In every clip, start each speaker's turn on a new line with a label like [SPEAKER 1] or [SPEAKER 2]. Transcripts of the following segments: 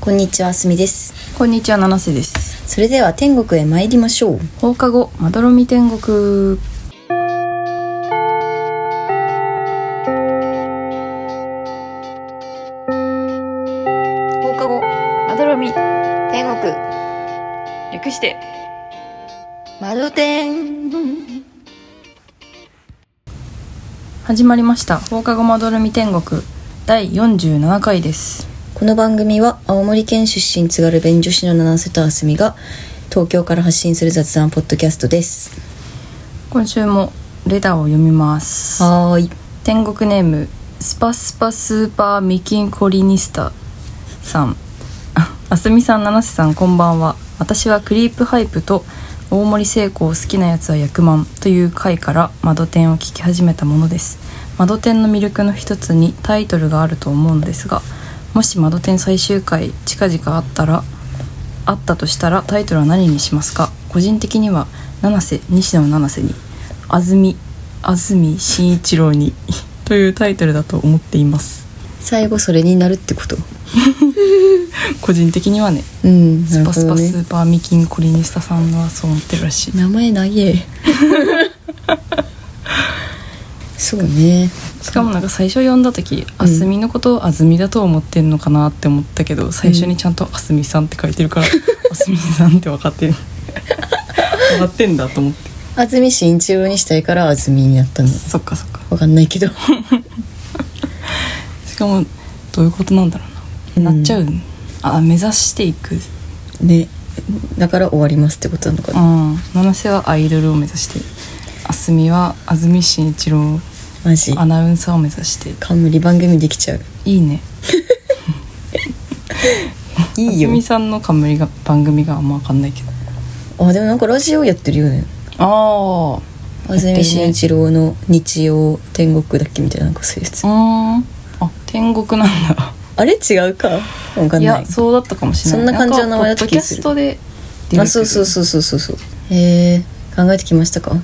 [SPEAKER 1] こんにちは、あすみです。
[SPEAKER 2] こんにちは七瀬です
[SPEAKER 1] それでは天国へ参りましょう。
[SPEAKER 2] 放課後まどろみ天国放課後まどろみ
[SPEAKER 1] 天国、
[SPEAKER 2] 略して
[SPEAKER 1] 窓天。
[SPEAKER 2] 始まりました放課後まどろみ天国第47回です
[SPEAKER 1] この番組は青森県出身津軽弁女子の七瀬とあすみが東京から発信する雑談ポッドキャストです。
[SPEAKER 2] 今週もレターを読みます
[SPEAKER 1] はーい。
[SPEAKER 2] 天国ネームスパスパスーパーミキンコリニスタさん ああすみさん七瀬さんこんばんは私はクリープハイプと大森聖子を好きなやつは役満という回から窓店を聞き始めたものです窓店の魅力の一つにタイトルがあると思うんですがもし窓店最終回近々あったらあったとしたらタイトルは何にしますか個人的には七瀬西野の七瀬に安住安住紳一郎に というタイトルだと思っています
[SPEAKER 1] 最後それになるってこと。
[SPEAKER 2] 個人的にはね
[SPEAKER 1] うん、な
[SPEAKER 2] ス
[SPEAKER 1] る
[SPEAKER 2] パ
[SPEAKER 1] ほ
[SPEAKER 2] ス
[SPEAKER 1] ど
[SPEAKER 2] パ
[SPEAKER 1] ね
[SPEAKER 2] ス。ーパーミキンコリニスタさんはそう思ってるらしい
[SPEAKER 1] 名前ないえ。そうね。
[SPEAKER 2] しかもなんか最初読んだ時あすみのことをあずみだと思ってんのかなって思ったけど最初にちゃんと「あすみさん」って書いてるから「あすみさん」って分かってる分かってんだと思って
[SPEAKER 1] 安住紳一郎にしたいから安住になったの。
[SPEAKER 2] そっかそっか
[SPEAKER 1] わかんないけど。
[SPEAKER 2] しかもどういうことなんだろうな、
[SPEAKER 1] うん
[SPEAKER 2] なっちゃうあ目指していく
[SPEAKER 1] ね。だから終わりますってことなのか
[SPEAKER 2] う
[SPEAKER 1] な。
[SPEAKER 2] ん七瀬はアイドルを目指してあすみは安住紳一郎
[SPEAKER 1] マジ。
[SPEAKER 2] アナウンサーを目指して
[SPEAKER 1] 冠番組できちゃう
[SPEAKER 2] いいね
[SPEAKER 1] いい
[SPEAKER 2] あ
[SPEAKER 1] よ
[SPEAKER 2] すみさんの冠が番組があんま分かんないけど
[SPEAKER 1] あでもなんかラジオやってるよね
[SPEAKER 2] あ
[SPEAKER 1] 安住紳一郎の日曜天国だっけみたいななんかそういうやつ
[SPEAKER 2] あうんあ天国なんだ
[SPEAKER 1] あれ違うかわかん
[SPEAKER 2] い
[SPEAKER 1] ない
[SPEAKER 2] やそうだったかもしれない
[SPEAKER 1] そんな感じの名前だっ
[SPEAKER 2] だったた
[SPEAKER 1] 気
[SPEAKER 2] 気
[SPEAKER 1] が
[SPEAKER 2] が
[SPEAKER 1] す
[SPEAKER 2] す
[SPEAKER 1] る
[SPEAKER 2] るポッドキャストで
[SPEAKER 1] あそうそうそうそうそうそうへえ考えてきましたか
[SPEAKER 2] う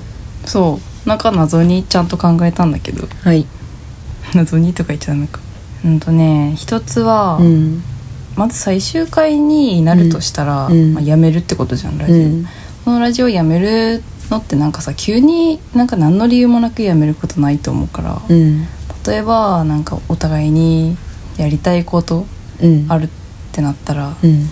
[SPEAKER 2] そうなんか謎にちゃんと考えたんだけど
[SPEAKER 1] はい
[SPEAKER 2] 謎にとか言っちゃダメかうんとね一つは、
[SPEAKER 1] うん
[SPEAKER 2] まず最終回になるとしたら、
[SPEAKER 1] うん
[SPEAKER 2] まあ、やめるってことじゃんラジ
[SPEAKER 1] う
[SPEAKER 2] オ、
[SPEAKER 1] ん
[SPEAKER 2] このラジオやめるのってなんかさ急になんか何の理由もなくやめることないと思うから、
[SPEAKER 1] うん
[SPEAKER 2] 例えばなんかお互いにやりたいこと
[SPEAKER 1] うん
[SPEAKER 2] あるってなったら、
[SPEAKER 1] うん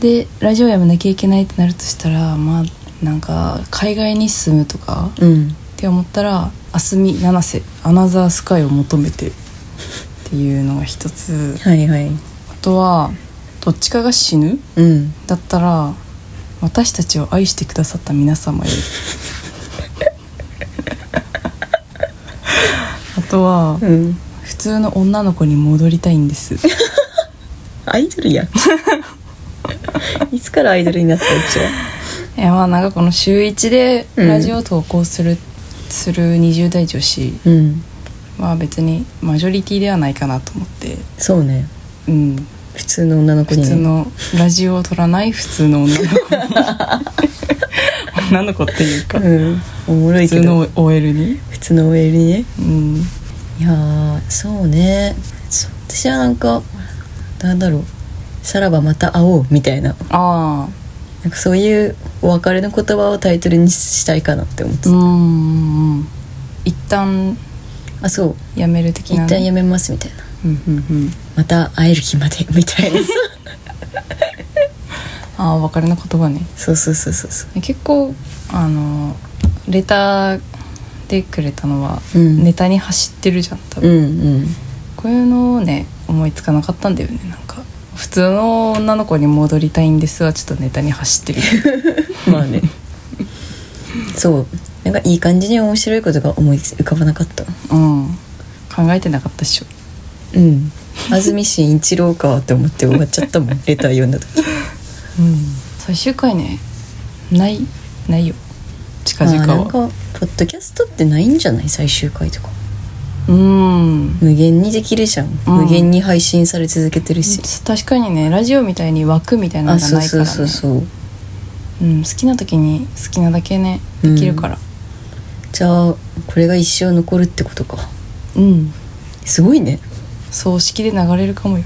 [SPEAKER 2] でラジオやめなきゃいけないってなるとしたらまあなんか海外に住むとか
[SPEAKER 1] うん
[SPEAKER 2] って思ったら「あすみ七瀬アナザースカイを求めて」っていうのが一つ
[SPEAKER 1] はいはい
[SPEAKER 2] あとはどっちかが死ぬ
[SPEAKER 1] うん
[SPEAKER 2] だったら私たちを愛してくださった皆 様へあとは
[SPEAKER 1] うん
[SPEAKER 2] 普通の女の子に戻りたいんです
[SPEAKER 1] アイドル やんいつからアイドルになったうちはい
[SPEAKER 2] やまあなんかこの週1でラジオ投稿する、する20代女子
[SPEAKER 1] うん
[SPEAKER 2] は別にマジョリティではないかなと思って、
[SPEAKER 1] そうね
[SPEAKER 2] うん、
[SPEAKER 1] 普通の女の子
[SPEAKER 2] 普
[SPEAKER 1] にね
[SPEAKER 2] 通のラジオを撮らない普通の女 の子 に女の子っていうか、
[SPEAKER 1] うんおもろい
[SPEAKER 2] 普
[SPEAKER 1] け
[SPEAKER 2] 通
[SPEAKER 1] ど
[SPEAKER 2] の OL に、
[SPEAKER 1] 普通の OL にね
[SPEAKER 2] うん、
[SPEAKER 1] いやーそうねそ私はなんかなんだろう「さらばまた会おう」みたいな
[SPEAKER 2] ああ
[SPEAKER 1] なんかそういうお別れの言葉をタイトルにしたいかなって思って
[SPEAKER 2] う
[SPEAKER 1] た、
[SPEAKER 2] んうん一旦
[SPEAKER 1] あそう
[SPEAKER 2] やめる的
[SPEAKER 1] 一
[SPEAKER 2] な
[SPEAKER 1] 旦やめますみたいな
[SPEAKER 2] うんうんうん
[SPEAKER 1] また会える日までみたいな
[SPEAKER 2] ああ別れの言葉ね
[SPEAKER 1] そうそうそうそうそう
[SPEAKER 2] 結構あのレターでくれたのは、
[SPEAKER 1] うん
[SPEAKER 2] ネタに走ってるじゃん多
[SPEAKER 1] う
[SPEAKER 2] 分、
[SPEAKER 1] んうん
[SPEAKER 2] こういうのをね思いつかなかったんだよねなんか普通の女の子に戻りたいんですはちょっとネタに走ってる
[SPEAKER 1] まあねそうなんかいい感じに面白いことが思い浮かばなかった
[SPEAKER 2] うん考えてなかったっしょ
[SPEAKER 1] うん安住紳一郎かって思って終わっちゃったもんレター読んだ時
[SPEAKER 2] うん最終回ねないないよ近
[SPEAKER 1] あー
[SPEAKER 2] 々
[SPEAKER 1] なん
[SPEAKER 2] は
[SPEAKER 1] かポッドキャストってないんじゃない最終回とか
[SPEAKER 2] うん
[SPEAKER 1] 無限にできるじゃん、
[SPEAKER 2] ん
[SPEAKER 1] 無限に配信され続けてるし、
[SPEAKER 2] 確かにねラジオみたいに枠みたい
[SPEAKER 1] あ
[SPEAKER 2] なのが
[SPEAKER 1] そう
[SPEAKER 2] ないか
[SPEAKER 1] そう
[SPEAKER 2] ら
[SPEAKER 1] そう
[SPEAKER 2] ね
[SPEAKER 1] そう
[SPEAKER 2] うん好きな時に好きなだけねできるから
[SPEAKER 1] じゃあこれが一生残るってことか
[SPEAKER 2] うん
[SPEAKER 1] すごいね
[SPEAKER 2] 葬式で流れるかもよ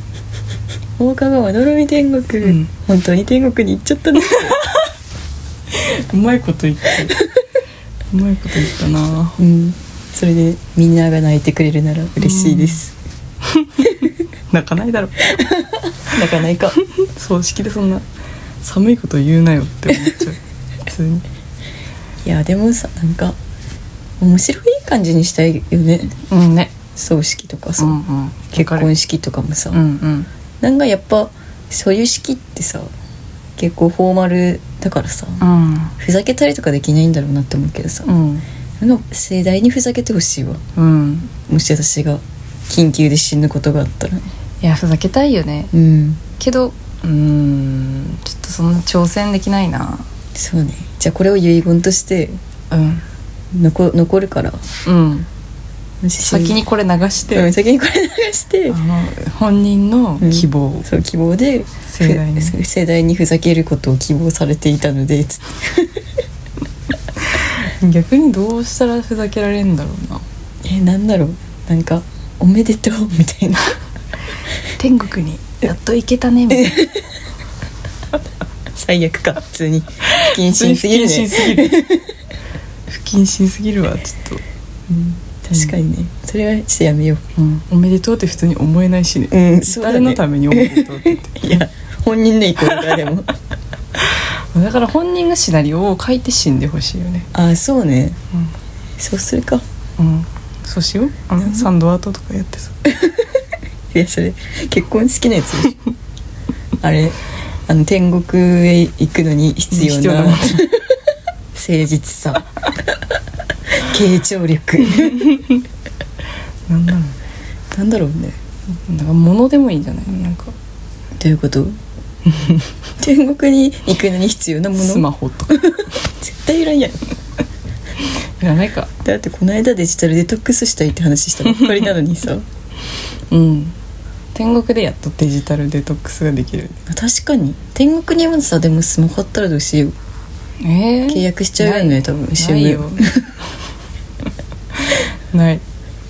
[SPEAKER 1] 放課後まどろみ天国、
[SPEAKER 2] うん
[SPEAKER 1] 本当に天国に行っちゃった ね
[SPEAKER 2] うまいこと言ってるうまいこと言ったな
[SPEAKER 1] うんそれでみんなが泣いてくれるなら嬉しいです、
[SPEAKER 2] 泣かないだろ
[SPEAKER 1] 泣かないか
[SPEAKER 2] 葬式でそんな寒いこと言うなよって思っちゃう普通に
[SPEAKER 1] いやでもさなんか面白い感じにしたいよね
[SPEAKER 2] うんね
[SPEAKER 1] 葬式とか
[SPEAKER 2] う
[SPEAKER 1] さ、
[SPEAKER 2] んうん
[SPEAKER 1] 結
[SPEAKER 2] わかる
[SPEAKER 1] 婚式とかもさ、
[SPEAKER 2] うんうん
[SPEAKER 1] なんかやっぱそういう式ってさ結構フォーマルだからさ、
[SPEAKER 2] う
[SPEAKER 1] ふざけたりとかできないんだろうなって思うけどさ、
[SPEAKER 2] ん
[SPEAKER 1] なんか盛大にふざけてほしいわ
[SPEAKER 2] うん
[SPEAKER 1] もし私が緊急で死ぬことがあったら
[SPEAKER 2] いやふざけたいよね
[SPEAKER 1] うん
[SPEAKER 2] けどうーんちょっとそんな挑戦できないな
[SPEAKER 1] そうねじゃあこれを遺言として
[SPEAKER 2] うん
[SPEAKER 1] 残残るから
[SPEAKER 2] うん
[SPEAKER 1] 先
[SPEAKER 2] 先にこれ流し
[SPEAKER 1] う
[SPEAKER 2] て
[SPEAKER 1] ん先にこれ流して
[SPEAKER 2] あの本人の希望、
[SPEAKER 1] そう希望で
[SPEAKER 2] 盛大に
[SPEAKER 1] ふ盛大にふざけることを希望されていたのでつって
[SPEAKER 2] 逆にどうしたらふざけられるんだろうな
[SPEAKER 1] えなんだろうなんか「おめでとう」みたいな
[SPEAKER 2] 天国にやっと行けたねみたいな
[SPEAKER 1] 最悪か普通に不謹慎すぎる
[SPEAKER 2] 不謹慎
[SPEAKER 1] ね、
[SPEAKER 2] すぎる不謹慎すぎるわちょっ
[SPEAKER 1] うん、確かにねそれはちょっとやめよ
[SPEAKER 2] と、おめでとうって普通に思えないしね、
[SPEAKER 1] ううんそうだ
[SPEAKER 2] 誰
[SPEAKER 1] ね
[SPEAKER 2] のためにおめでとうって言って
[SPEAKER 1] いや本人の意向がで も
[SPEAKER 2] だから本人がシナリオを書いて死んでほしいよね
[SPEAKER 1] ああそうねそうするか
[SPEAKER 2] うん、そうしようあのサンドアートとかやってさ
[SPEAKER 1] いやそれ結婚式のやつでしょあれあの天国へ行くのに必要
[SPEAKER 2] 必要な
[SPEAKER 1] な
[SPEAKER 2] もの
[SPEAKER 1] 誠実さ傾聴力
[SPEAKER 2] なんだろ
[SPEAKER 1] なんだろうね
[SPEAKER 2] うなんか物でもいいんじゃないなんか
[SPEAKER 1] どういうこと 天国に行くのに必要なも
[SPEAKER 2] ス
[SPEAKER 1] の
[SPEAKER 2] マホとかい
[SPEAKER 1] 絶対いらんやん
[SPEAKER 2] らないか
[SPEAKER 1] だってこの間デジタルデトックスしたいって話したばっかりなのに さ
[SPEAKER 2] うん天国でやっとデジタルデトックスができる
[SPEAKER 1] 確かに天国にもさでもスマホあったらどうしよう
[SPEAKER 2] えー
[SPEAKER 1] 契約しちゃうよね多分
[SPEAKER 2] ないないよ ない、
[SPEAKER 1] い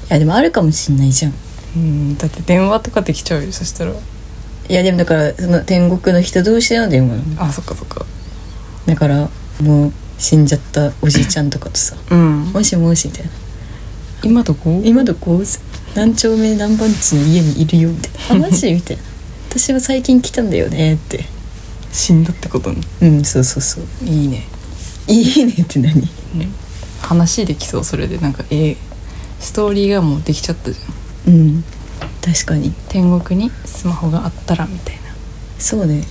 [SPEAKER 1] やでもあるかもしんないじゃん
[SPEAKER 2] うん、だって電話とかできちゃうよそしたら
[SPEAKER 1] いやでもだからその天国の人同士での電話なの
[SPEAKER 2] あそっかそっか
[SPEAKER 1] だからもう死んじゃったおじいちゃんとかとさ
[SPEAKER 2] うん
[SPEAKER 1] 「もしもし」みたいな
[SPEAKER 2] 今
[SPEAKER 1] 「
[SPEAKER 2] どこ
[SPEAKER 1] 今どこ何丁目何番地の家にいるよ」みたいな「 あマジ?」みたいな「私は最近来たんだよね」って
[SPEAKER 2] 死んだってことね
[SPEAKER 1] うんそうそうそう
[SPEAKER 2] いいね、
[SPEAKER 1] 「いいね」って何
[SPEAKER 2] うん、話できそうそれでなんかえーストーリーがもうできちゃったじゃん
[SPEAKER 1] うん確かに
[SPEAKER 2] 天国にスマホがあったらみたいな
[SPEAKER 1] そうね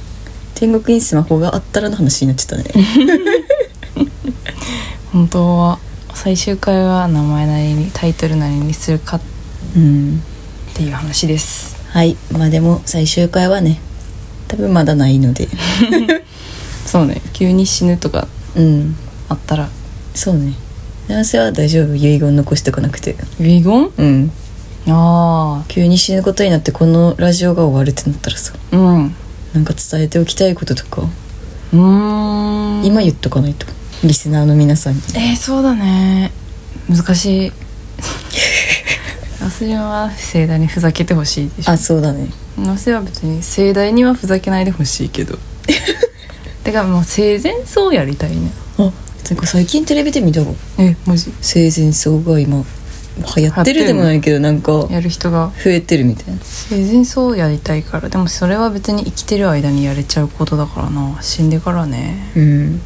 [SPEAKER 1] 天国にスマホがあったらの話になっちゃったね
[SPEAKER 2] 本当は最終回は名前なりにタイトルなりにするかっ
[SPEAKER 1] うん
[SPEAKER 2] ていう話です
[SPEAKER 1] はいまあでも最終回はね多分まだないので
[SPEAKER 2] そうね急に死ぬとか
[SPEAKER 1] うん
[SPEAKER 2] あったら
[SPEAKER 1] そうね男性は大丈夫遺言残してかなくて
[SPEAKER 2] 遺言
[SPEAKER 1] うん
[SPEAKER 2] あ
[SPEAKER 1] 急に死ぬことになってこのラジオが終わるってなったらさ
[SPEAKER 2] あうんう
[SPEAKER 1] なんか伝えておきたいこととか、
[SPEAKER 2] ーん
[SPEAKER 1] 今言っとかないとリスナーの皆さんに
[SPEAKER 2] えー、そうだね難 しいアスリンは盛大にふざけてほしいでしょ
[SPEAKER 1] あそうだね
[SPEAKER 2] アスリンは別に盛大にはふざけないでほしいけ どてかもう生前葬やりたいね
[SPEAKER 1] あなんか最近テレビで見たわ
[SPEAKER 2] えマジ
[SPEAKER 1] 生前葬が今流行ってるでもないけどなんか増
[SPEAKER 2] やる人が
[SPEAKER 1] えてるみたいな
[SPEAKER 2] 生前葬やりたいからでもそれは別に生きてる間にやれちゃうことだからな死んでからね
[SPEAKER 1] うん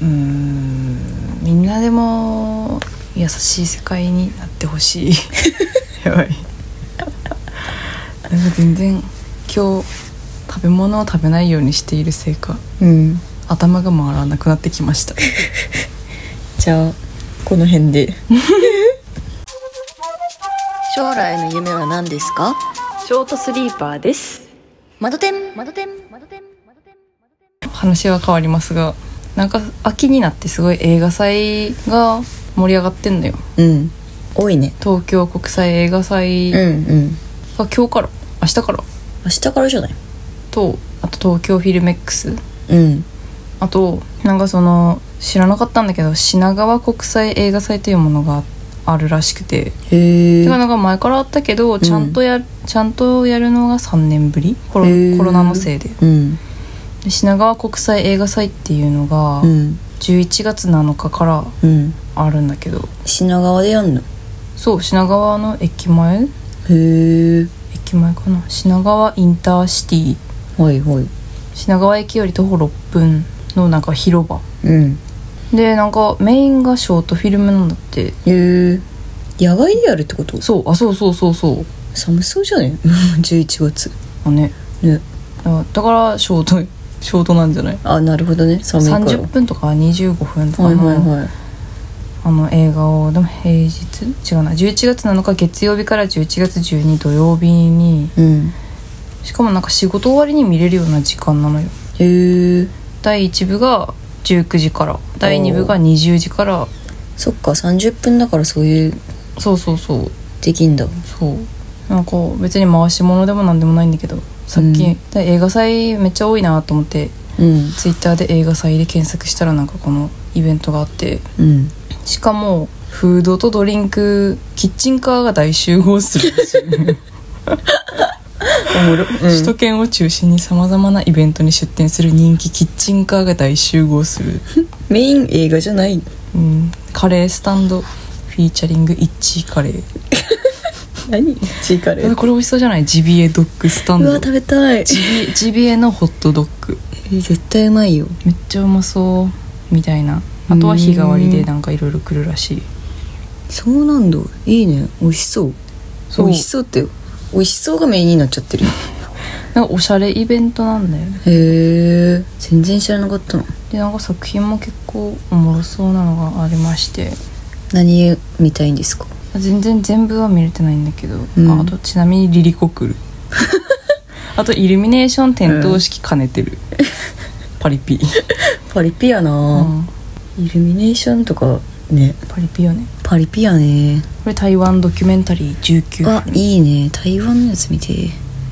[SPEAKER 2] うーんみんなでも優しい世界になってほしいやばいなんか全然今日食べ物を食べないようにしているせいか
[SPEAKER 1] うん
[SPEAKER 2] 頭が回らなくなってきました
[SPEAKER 1] じゃあこの辺で
[SPEAKER 3] 将来の夢は何ですか
[SPEAKER 2] ショートスリーパーです
[SPEAKER 3] 窓点窓点窓点窓点
[SPEAKER 2] 話は変わりますがなんか秋になってすごい映画祭が盛り上がってんのよ
[SPEAKER 1] うん多いね
[SPEAKER 2] 東京国際映画祭
[SPEAKER 1] うんう
[SPEAKER 2] が
[SPEAKER 1] ん
[SPEAKER 2] 今日から明日から
[SPEAKER 1] 明日からじゃない
[SPEAKER 2] とあと東京フィルメックス
[SPEAKER 1] うん
[SPEAKER 2] あとなんかその知らなかったんだけど品川国際映画祭というものがあるらしくて
[SPEAKER 1] へ
[SPEAKER 2] て
[SPEAKER 1] え
[SPEAKER 2] かなんか前からあったけどちゃんとや,、ちゃんとやるのが3年ぶりコロ
[SPEAKER 1] へー
[SPEAKER 2] コロナのせいで
[SPEAKER 1] うん
[SPEAKER 2] で品川国際映画祭っていうのが
[SPEAKER 1] うん
[SPEAKER 2] 11月7日から
[SPEAKER 1] うん
[SPEAKER 2] あるんだけど、
[SPEAKER 1] 品川でやんの
[SPEAKER 2] そう品川の駅前
[SPEAKER 1] へえ
[SPEAKER 2] 駅前かな品川インターシティ
[SPEAKER 1] はいはい
[SPEAKER 2] 品川駅より徒歩6分のなんか広場
[SPEAKER 1] うん
[SPEAKER 2] でなんかメインがショートフィルムなんだって
[SPEAKER 1] へえ野外でやるってこと
[SPEAKER 2] そうあそうそうそうそう
[SPEAKER 1] 寒そうじゃね 11月
[SPEAKER 2] あね
[SPEAKER 1] ね
[SPEAKER 2] あだからショートショートなんじゃない
[SPEAKER 1] あなるほどね寒いから
[SPEAKER 2] 30分とか25分とか
[SPEAKER 1] はい
[SPEAKER 2] の,、
[SPEAKER 1] はいはい
[SPEAKER 2] あの映画をでも平日違うな11月7日月曜日から11月12土曜日に
[SPEAKER 1] うん
[SPEAKER 2] しかもなんか仕事終わりに見れるような時間なのよ
[SPEAKER 1] へえ
[SPEAKER 2] 第1部が19時から第2部が20時から
[SPEAKER 1] そっか30分だからそういう
[SPEAKER 2] そうそうそう
[SPEAKER 1] できんだ
[SPEAKER 2] そうなんか別に回し物でも何でもないんだけどさっき、
[SPEAKER 1] うん
[SPEAKER 2] で映画祭めっちゃ多いなと思って
[SPEAKER 1] うん
[SPEAKER 2] ツイッターで映画祭で検索したらなんかこのイベントがあって
[SPEAKER 1] うん
[SPEAKER 2] しかもフードとドリンクキッチンカーが大集合するらしい
[SPEAKER 1] おもろ、う
[SPEAKER 2] 首都圏を中心にさまざまなイベントに出店する人気キッチンカーが大集合する、
[SPEAKER 1] メイン映画じゃない
[SPEAKER 2] うん、カレースタンドフィーチャリングイッチーカレー
[SPEAKER 1] 何チーカレ
[SPEAKER 2] あ
[SPEAKER 1] ー
[SPEAKER 2] これ美味しそうじゃないジビエドッグスタン
[SPEAKER 1] う
[SPEAKER 2] ド
[SPEAKER 1] わ食べたい
[SPEAKER 2] ジビジビエのホットドッグ
[SPEAKER 1] 絶対うまいよ
[SPEAKER 2] めっちゃうまそうみたいなあとは日替わり
[SPEAKER 1] う
[SPEAKER 2] で
[SPEAKER 1] ん
[SPEAKER 2] なんかいろいろ来るらしい
[SPEAKER 1] そうなんだいいね美味しそう
[SPEAKER 2] そう
[SPEAKER 1] 美味しそうって美味しそうがメインになっちゃってる
[SPEAKER 2] なんかおしゃれイベントなんだよね
[SPEAKER 1] へえ全然知らなかったの
[SPEAKER 2] でなんか作品も結構おもろそうなのがありまして
[SPEAKER 1] 何見たいんですか
[SPEAKER 2] 全然全部は見れてないんだけど、
[SPEAKER 1] うん
[SPEAKER 2] ああとちなみにリリコ 来るあとイルミネーション点灯式兼ねてる、 パリピ、
[SPEAKER 1] パリピや
[SPEAKER 2] う
[SPEAKER 1] な、
[SPEAKER 2] ん、
[SPEAKER 1] イルミネーションとかね
[SPEAKER 2] パリピよね
[SPEAKER 1] パリピやね
[SPEAKER 2] これ台湾ドキュメンタリー19
[SPEAKER 1] あ
[SPEAKER 2] 分
[SPEAKER 1] いいね台湾のやつ見て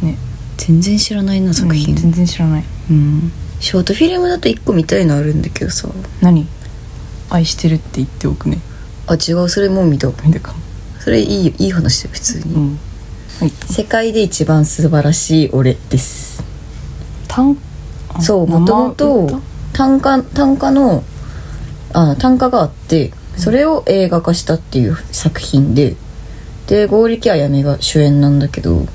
[SPEAKER 2] ね
[SPEAKER 1] 全然知らないな作
[SPEAKER 2] う
[SPEAKER 1] 品
[SPEAKER 2] ん全然知らない
[SPEAKER 1] うんショートフィルムだと1個見たいのあるんだけどさ
[SPEAKER 2] 何愛してるって言っておくね
[SPEAKER 1] あ違うそれもう見た
[SPEAKER 2] みたいな
[SPEAKER 1] それいいよいい話だよ普通に、
[SPEAKER 2] うんはい
[SPEAKER 1] 世界で一番素晴らしい俺です
[SPEAKER 2] 単あ
[SPEAKER 1] そう
[SPEAKER 2] 生
[SPEAKER 1] もとも
[SPEAKER 2] 歌
[SPEAKER 1] と単価単価のあ単価があってそれを映画化したっていう作品でで剛力彩芽が主演なんだけど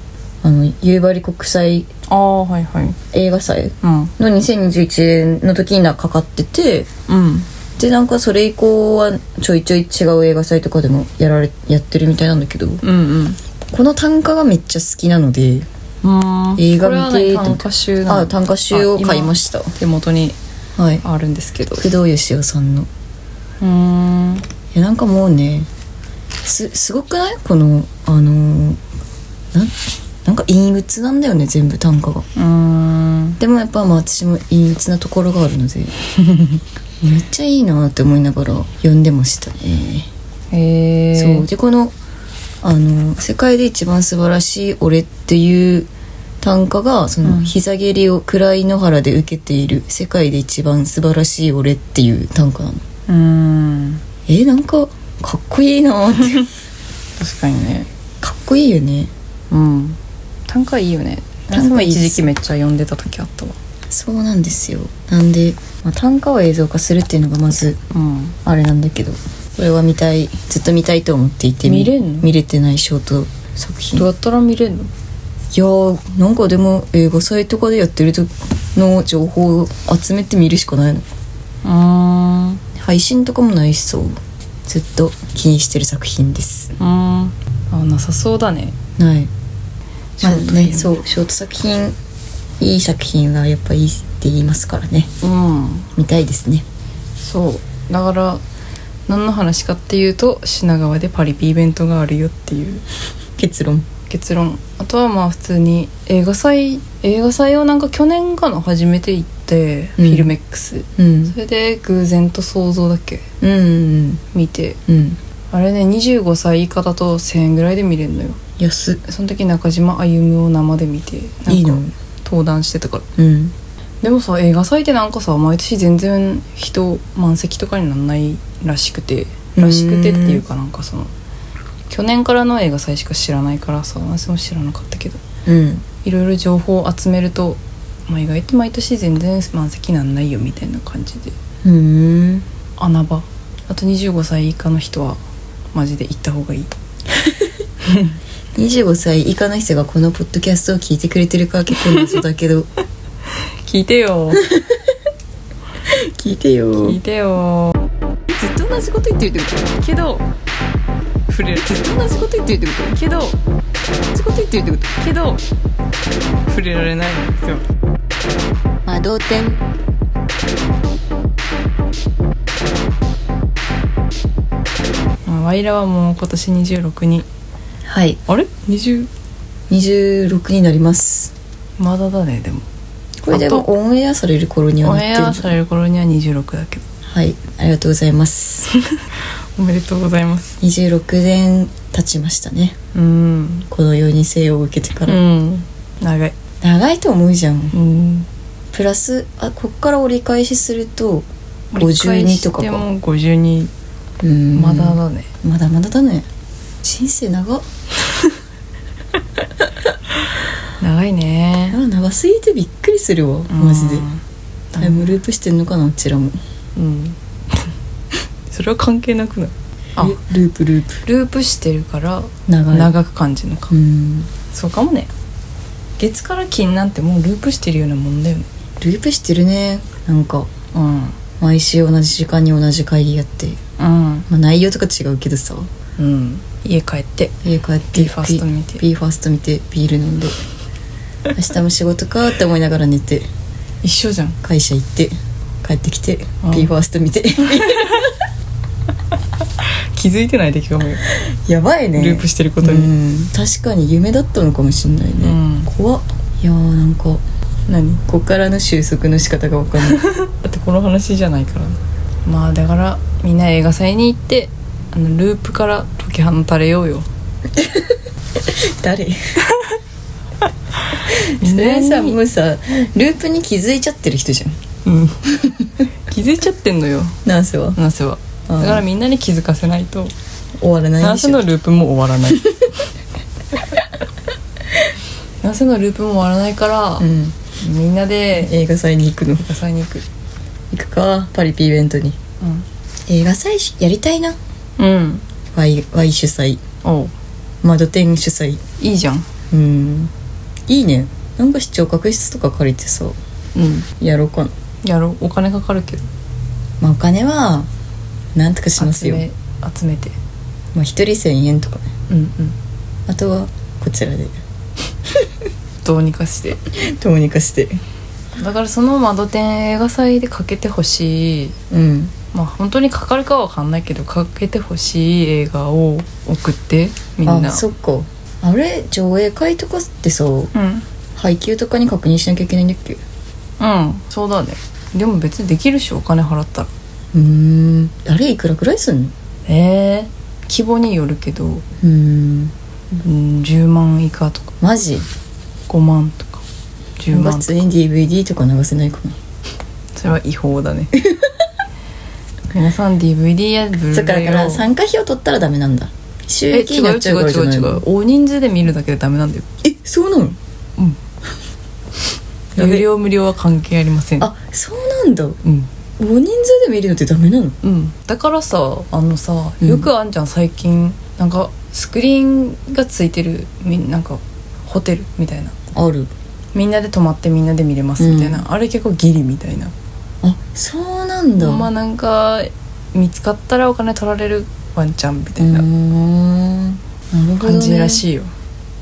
[SPEAKER 1] あの夕張国際
[SPEAKER 2] ああはいはい
[SPEAKER 1] 映画祭
[SPEAKER 2] うん
[SPEAKER 1] の2021年の時になんかかかってて
[SPEAKER 2] うん
[SPEAKER 1] でなんかそれ以降はちょいちょい違う映画祭とかでもやられやってるみたいなんだけど
[SPEAKER 2] うんうん
[SPEAKER 1] この単価がめっちゃ好きなので
[SPEAKER 2] うん
[SPEAKER 1] 映画見て
[SPEAKER 2] これはね、短歌集なの
[SPEAKER 1] あ単価集を買いました
[SPEAKER 2] 手元に
[SPEAKER 1] はい
[SPEAKER 2] あるんですけど
[SPEAKER 1] 工藤義雄さんの
[SPEAKER 2] うーんうん
[SPEAKER 1] いやなんかもうねすすごくないこのあのーなんなんか陰鬱なんだよね全部単価がでもやっぱまあ私も陰鬱なところがあるのでめっちゃいいなって思いながら読んでましたね
[SPEAKER 2] えー、
[SPEAKER 1] そうでこのあの「世界で一番素晴らしい俺」っていう単価がその、
[SPEAKER 2] うん
[SPEAKER 1] 膝蹴りを位の原で受けている「世界で一番素晴らしい俺」っていう単価なの
[SPEAKER 2] うーん
[SPEAKER 1] えーなんかかっこいいなって
[SPEAKER 2] 確かにね
[SPEAKER 1] かっこいいよね
[SPEAKER 2] うん短歌いいよね
[SPEAKER 1] 短
[SPEAKER 2] 短
[SPEAKER 1] 歌
[SPEAKER 2] 歌
[SPEAKER 1] いいっす
[SPEAKER 2] 一時期めっちゃ読んでた時あったわ
[SPEAKER 1] そうなんですよなんで、まあ、単価を映像化するっていうのがまず
[SPEAKER 2] うん
[SPEAKER 1] あれなんだけどこれは見たいずっと見たいと思っていて
[SPEAKER 2] 見れんの
[SPEAKER 1] 見れてないショート作品
[SPEAKER 2] どうやったら見れるの
[SPEAKER 1] いやーなんかでも映画祭とかでやってるとの情報を集めて見るしかないの
[SPEAKER 2] うーんう
[SPEAKER 1] 配信とかもないしそうずっと気にしてる作品です
[SPEAKER 2] ーんあなさそうだね
[SPEAKER 1] はいまあ
[SPEAKER 2] ショートフィルム
[SPEAKER 1] ねそうショート作品いい作品はやっぱいいって言いますからね
[SPEAKER 2] うん
[SPEAKER 1] 見たいですね
[SPEAKER 2] そうだから何の話かっていうと品川でパリピイベントがあるよっていう
[SPEAKER 1] 結論
[SPEAKER 2] 結論あとはまあ普通に映画祭映画祭をなんか去年かな初めて行って、
[SPEAKER 1] うん
[SPEAKER 2] フィルメックス
[SPEAKER 1] うん
[SPEAKER 2] それで偶然と想像だっけ
[SPEAKER 1] うんうん
[SPEAKER 2] 見て
[SPEAKER 1] うん
[SPEAKER 2] あれね25歳以下だと1000円ぐらいで見れるのよ
[SPEAKER 1] 安っ
[SPEAKER 2] その時中島歩夢を生で見てなん
[SPEAKER 1] いいの
[SPEAKER 2] か登壇してたから
[SPEAKER 1] うん
[SPEAKER 2] でもさ映画祭ってなんかさ毎年全然人満席とかになんないらしくてらしくてっていうかなんかその去年からの映画祭しか知らないからさ私も知らなかったけど
[SPEAKER 1] うん
[SPEAKER 2] いろいろ情報を集めると、まあ、意外と毎年全然満席なんないよみたいな感じで
[SPEAKER 1] ふーん
[SPEAKER 2] 穴場あと25歳以下の人はマジで行った方がいい
[SPEAKER 1] 25歳以下の人がこのポッドキャストを聞いてくれてるかは結構謎だけど
[SPEAKER 2] 聞いてよ
[SPEAKER 1] 聞いてよ
[SPEAKER 2] 聞いてよ
[SPEAKER 1] ずっと同じこと言ってるってこと
[SPEAKER 2] けど触れる
[SPEAKER 1] ずっと同じこと言ってるってこと
[SPEAKER 2] けど
[SPEAKER 1] 同じこと言ってるってこと
[SPEAKER 2] けど触れられないんですよ
[SPEAKER 3] 魔導天
[SPEAKER 2] まあワイラはもう今年26に
[SPEAKER 1] はい
[SPEAKER 2] あれ20
[SPEAKER 1] 26になります
[SPEAKER 2] まだだねでも
[SPEAKER 1] これで
[SPEAKER 2] あ
[SPEAKER 1] も
[SPEAKER 2] と
[SPEAKER 1] オンエアされる頃には
[SPEAKER 2] オ
[SPEAKER 1] な
[SPEAKER 2] ン
[SPEAKER 1] って
[SPEAKER 2] エ
[SPEAKER 1] る
[SPEAKER 2] アされる頃には26だけど
[SPEAKER 1] はいありがとうございます
[SPEAKER 2] おめでとうございます
[SPEAKER 1] 26年経ちましたね
[SPEAKER 2] うん
[SPEAKER 1] この世に生を受けてか
[SPEAKER 2] う
[SPEAKER 1] ら、
[SPEAKER 2] ん長い
[SPEAKER 1] 長いと思うじゃん
[SPEAKER 2] うん
[SPEAKER 1] プラスあこっから折り返しすると
[SPEAKER 2] 折り返し
[SPEAKER 1] 52とか
[SPEAKER 2] て
[SPEAKER 1] か
[SPEAKER 2] も52
[SPEAKER 1] うん
[SPEAKER 2] まだだね、
[SPEAKER 1] まだまだだね人生長っ
[SPEAKER 2] 長いね
[SPEAKER 1] あ長すぎてびっくりするわマジでタイムループしてんのかなうちらも
[SPEAKER 2] うん それは関係なくないあ
[SPEAKER 1] ルループループ
[SPEAKER 2] ループしてるから
[SPEAKER 1] 長い
[SPEAKER 2] 長く感じるのか、
[SPEAKER 1] うん
[SPEAKER 2] そうかもね月から金なんてもうループしてるようなもんだよね
[SPEAKER 1] ループしてるねなんか
[SPEAKER 2] うん
[SPEAKER 1] 毎週同じ時間に同じ会議やって、
[SPEAKER 2] うん
[SPEAKER 1] まあ、内容とか違うけどさ
[SPEAKER 2] うん家帰って
[SPEAKER 1] 家帰って
[SPEAKER 2] ビーファースト見て
[SPEAKER 1] ビーファースト見てビール飲んで明日も仕事かって思いながら寝て
[SPEAKER 2] 一緒じゃん
[SPEAKER 1] 会社行って帰ってきて
[SPEAKER 2] うん
[SPEAKER 1] ビーファースト見 て
[SPEAKER 2] 気づいてない出来がもう
[SPEAKER 1] やばいね
[SPEAKER 2] ループしてることに
[SPEAKER 1] うん確かに夢だったのかもしんないね、
[SPEAKER 2] うん
[SPEAKER 1] 怖っいやーなんか
[SPEAKER 2] 何
[SPEAKER 1] こっからの収束の仕方が分かん ない
[SPEAKER 2] だってこの話じゃないからまあだからみんな映画祭に行ってあのループから解き放たれようよ
[SPEAKER 1] 誰
[SPEAKER 2] み
[SPEAKER 1] そ
[SPEAKER 2] んな
[SPEAKER 1] れさも
[SPEAKER 2] に
[SPEAKER 1] うさループに気づいちゃってる人じゃん
[SPEAKER 2] うん 気づいちゃってんのよ
[SPEAKER 1] ナースは
[SPEAKER 2] ナスは
[SPEAKER 1] うん
[SPEAKER 2] だからみんなに気づかせないと
[SPEAKER 1] 終わらないん
[SPEAKER 2] ナ
[SPEAKER 1] でし
[SPEAKER 2] ス
[SPEAKER 1] ょ
[SPEAKER 2] のループも終 わらないナスのループも終わらないから、
[SPEAKER 1] うん
[SPEAKER 2] みんなで
[SPEAKER 1] 映画祭に行くの
[SPEAKER 2] 映画祭に行く
[SPEAKER 1] 行くかパリピイベントに映画祭しやりたいな
[SPEAKER 2] うん、うん、
[SPEAKER 1] ワイワイ主催
[SPEAKER 2] おう
[SPEAKER 1] 窓店主催
[SPEAKER 2] いいじゃん
[SPEAKER 1] うんいいねなんか視聴覚室とか借りてさ
[SPEAKER 2] うん
[SPEAKER 1] やろうかな
[SPEAKER 2] やろうお金かかるけど
[SPEAKER 1] まあお金はなんとかしますよ
[SPEAKER 2] 集め集めて
[SPEAKER 1] まあ一人1000円とかね
[SPEAKER 2] うんうん
[SPEAKER 1] あとはこちらで
[SPEAKER 2] どうにかして
[SPEAKER 1] どうにかして
[SPEAKER 2] だからその窓店映画祭でかけてほしい
[SPEAKER 1] うん
[SPEAKER 2] まあ本当にかかるかは分かんないけどかけてほしい映画を送ってみんな
[SPEAKER 1] あそっかあれ上映会とかってさ
[SPEAKER 2] うん
[SPEAKER 1] 配給とかに確認しなきゃいけないんだっけう
[SPEAKER 2] うんそうだねでも別にできるしお金払ったら
[SPEAKER 1] ーんあれいくらくらいすんの
[SPEAKER 2] ええ規模によるけど、う
[SPEAKER 1] うーん
[SPEAKER 2] ん、10万以下とか
[SPEAKER 1] マジ
[SPEAKER 2] 5万とか10
[SPEAKER 1] なん
[SPEAKER 2] 万
[SPEAKER 1] か
[SPEAKER 2] と
[SPEAKER 1] 普通
[SPEAKER 2] か
[SPEAKER 1] に DVD とか流せないかな
[SPEAKER 2] それは違法だね 皆さん DVD やブル
[SPEAKER 1] そっ
[SPEAKER 2] ー
[SPEAKER 1] か
[SPEAKER 2] レ
[SPEAKER 1] だか
[SPEAKER 2] イ
[SPEAKER 1] ら
[SPEAKER 2] を
[SPEAKER 1] 参加費を取ったらダメなんだ収
[SPEAKER 2] え
[SPEAKER 1] 益
[SPEAKER 2] 違
[SPEAKER 1] に
[SPEAKER 2] う
[SPEAKER 1] なっちゃ
[SPEAKER 2] 違
[SPEAKER 1] うか
[SPEAKER 2] う
[SPEAKER 1] らじゃ
[SPEAKER 2] 違う
[SPEAKER 1] ない
[SPEAKER 2] 違
[SPEAKER 1] の
[SPEAKER 2] う大人数で見るだけでダメなんだよ
[SPEAKER 1] えそうなの やべ
[SPEAKER 2] 有料無料は関係ありません
[SPEAKER 1] あそうなんだ
[SPEAKER 2] うん
[SPEAKER 1] 大人数で見るのってダメなの
[SPEAKER 2] うん、だからさあのさ
[SPEAKER 1] うん
[SPEAKER 2] よくあんじゃん、最近なんかスクリーンがついてるみなんかホテルみたいな
[SPEAKER 1] ある
[SPEAKER 2] みんなで泊まってみんなで見れますみたいな、
[SPEAKER 1] う
[SPEAKER 2] あれ結構ギリみたいな
[SPEAKER 1] あそうなんだ
[SPEAKER 2] ほんまなんか見つかったらお金取られるワンちゃんみた
[SPEAKER 1] うー
[SPEAKER 2] いなん
[SPEAKER 1] なるほど、ね、
[SPEAKER 2] 感じらしいよ、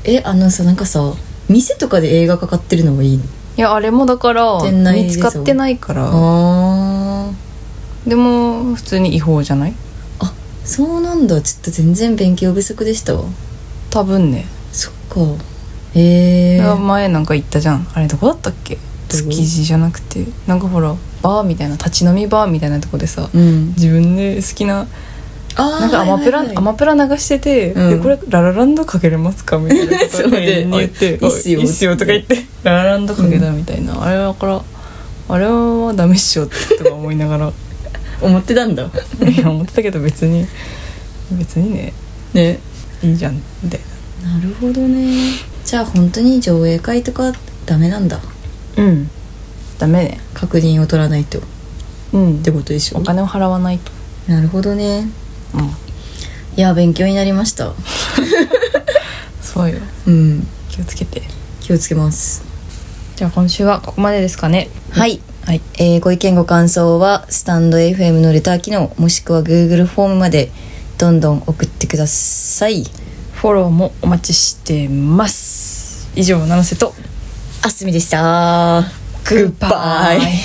[SPEAKER 1] えあのさなんかさ店とかで映画かかってるのもいいの
[SPEAKER 2] いやあれもだから
[SPEAKER 1] 店内
[SPEAKER 2] 見
[SPEAKER 1] で
[SPEAKER 2] つ
[SPEAKER 1] しょ
[SPEAKER 2] かってないから
[SPEAKER 1] あ
[SPEAKER 2] でも普通に違法じゃない
[SPEAKER 1] ーそうなんだちょっと全然勉強不足でしたわ
[SPEAKER 2] 多分ね、
[SPEAKER 1] そっかええ
[SPEAKER 2] だから
[SPEAKER 1] ー、
[SPEAKER 2] 前なんか行ったじゃんあれどこだったっけ築地じゃなくてなんかほらバーみたいな立ち飲みバーみたいなとこでさ、
[SPEAKER 1] うん
[SPEAKER 2] 自分で好きな
[SPEAKER 1] あー
[SPEAKER 2] なんかアマプラ、
[SPEAKER 1] はいはいはい
[SPEAKER 2] アマプラ流してて、
[SPEAKER 1] うん
[SPEAKER 2] でこれララランドかけれますかみたい なことを
[SPEAKER 1] そうで
[SPEAKER 2] 店員に言って
[SPEAKER 1] おい
[SPEAKER 2] お
[SPEAKER 1] い
[SPEAKER 2] い
[SPEAKER 1] いっすよ
[SPEAKER 2] いっすよとか言ってララランドかけたみたいな、あれはからあれはダメっしょとか思いながら
[SPEAKER 1] 思ってたんだ
[SPEAKER 2] いや思ってたけど別に別にね
[SPEAKER 1] ね
[SPEAKER 4] いいじゃんみたい
[SPEAKER 1] なるほどねじゃあ本当に上映会とかダメなんだ
[SPEAKER 2] うんダメね
[SPEAKER 1] 確認を取らないとっ
[SPEAKER 2] うん
[SPEAKER 1] てことでしょ
[SPEAKER 2] お金を払わないと
[SPEAKER 1] なるほどね
[SPEAKER 2] うん
[SPEAKER 1] いや勉強になりました
[SPEAKER 4] そうよ
[SPEAKER 1] うん
[SPEAKER 4] 気をつけて
[SPEAKER 1] 気をつけます
[SPEAKER 2] じゃあ今週はここまでですかね
[SPEAKER 1] はい、
[SPEAKER 2] はい
[SPEAKER 1] えーご意見ご感想はスタンド FM のレター機能もしくは Google フォームまでどんどん送ってください
[SPEAKER 2] フォローもお待ちしてます以上七瀬と
[SPEAKER 1] あすみでしたグッバイ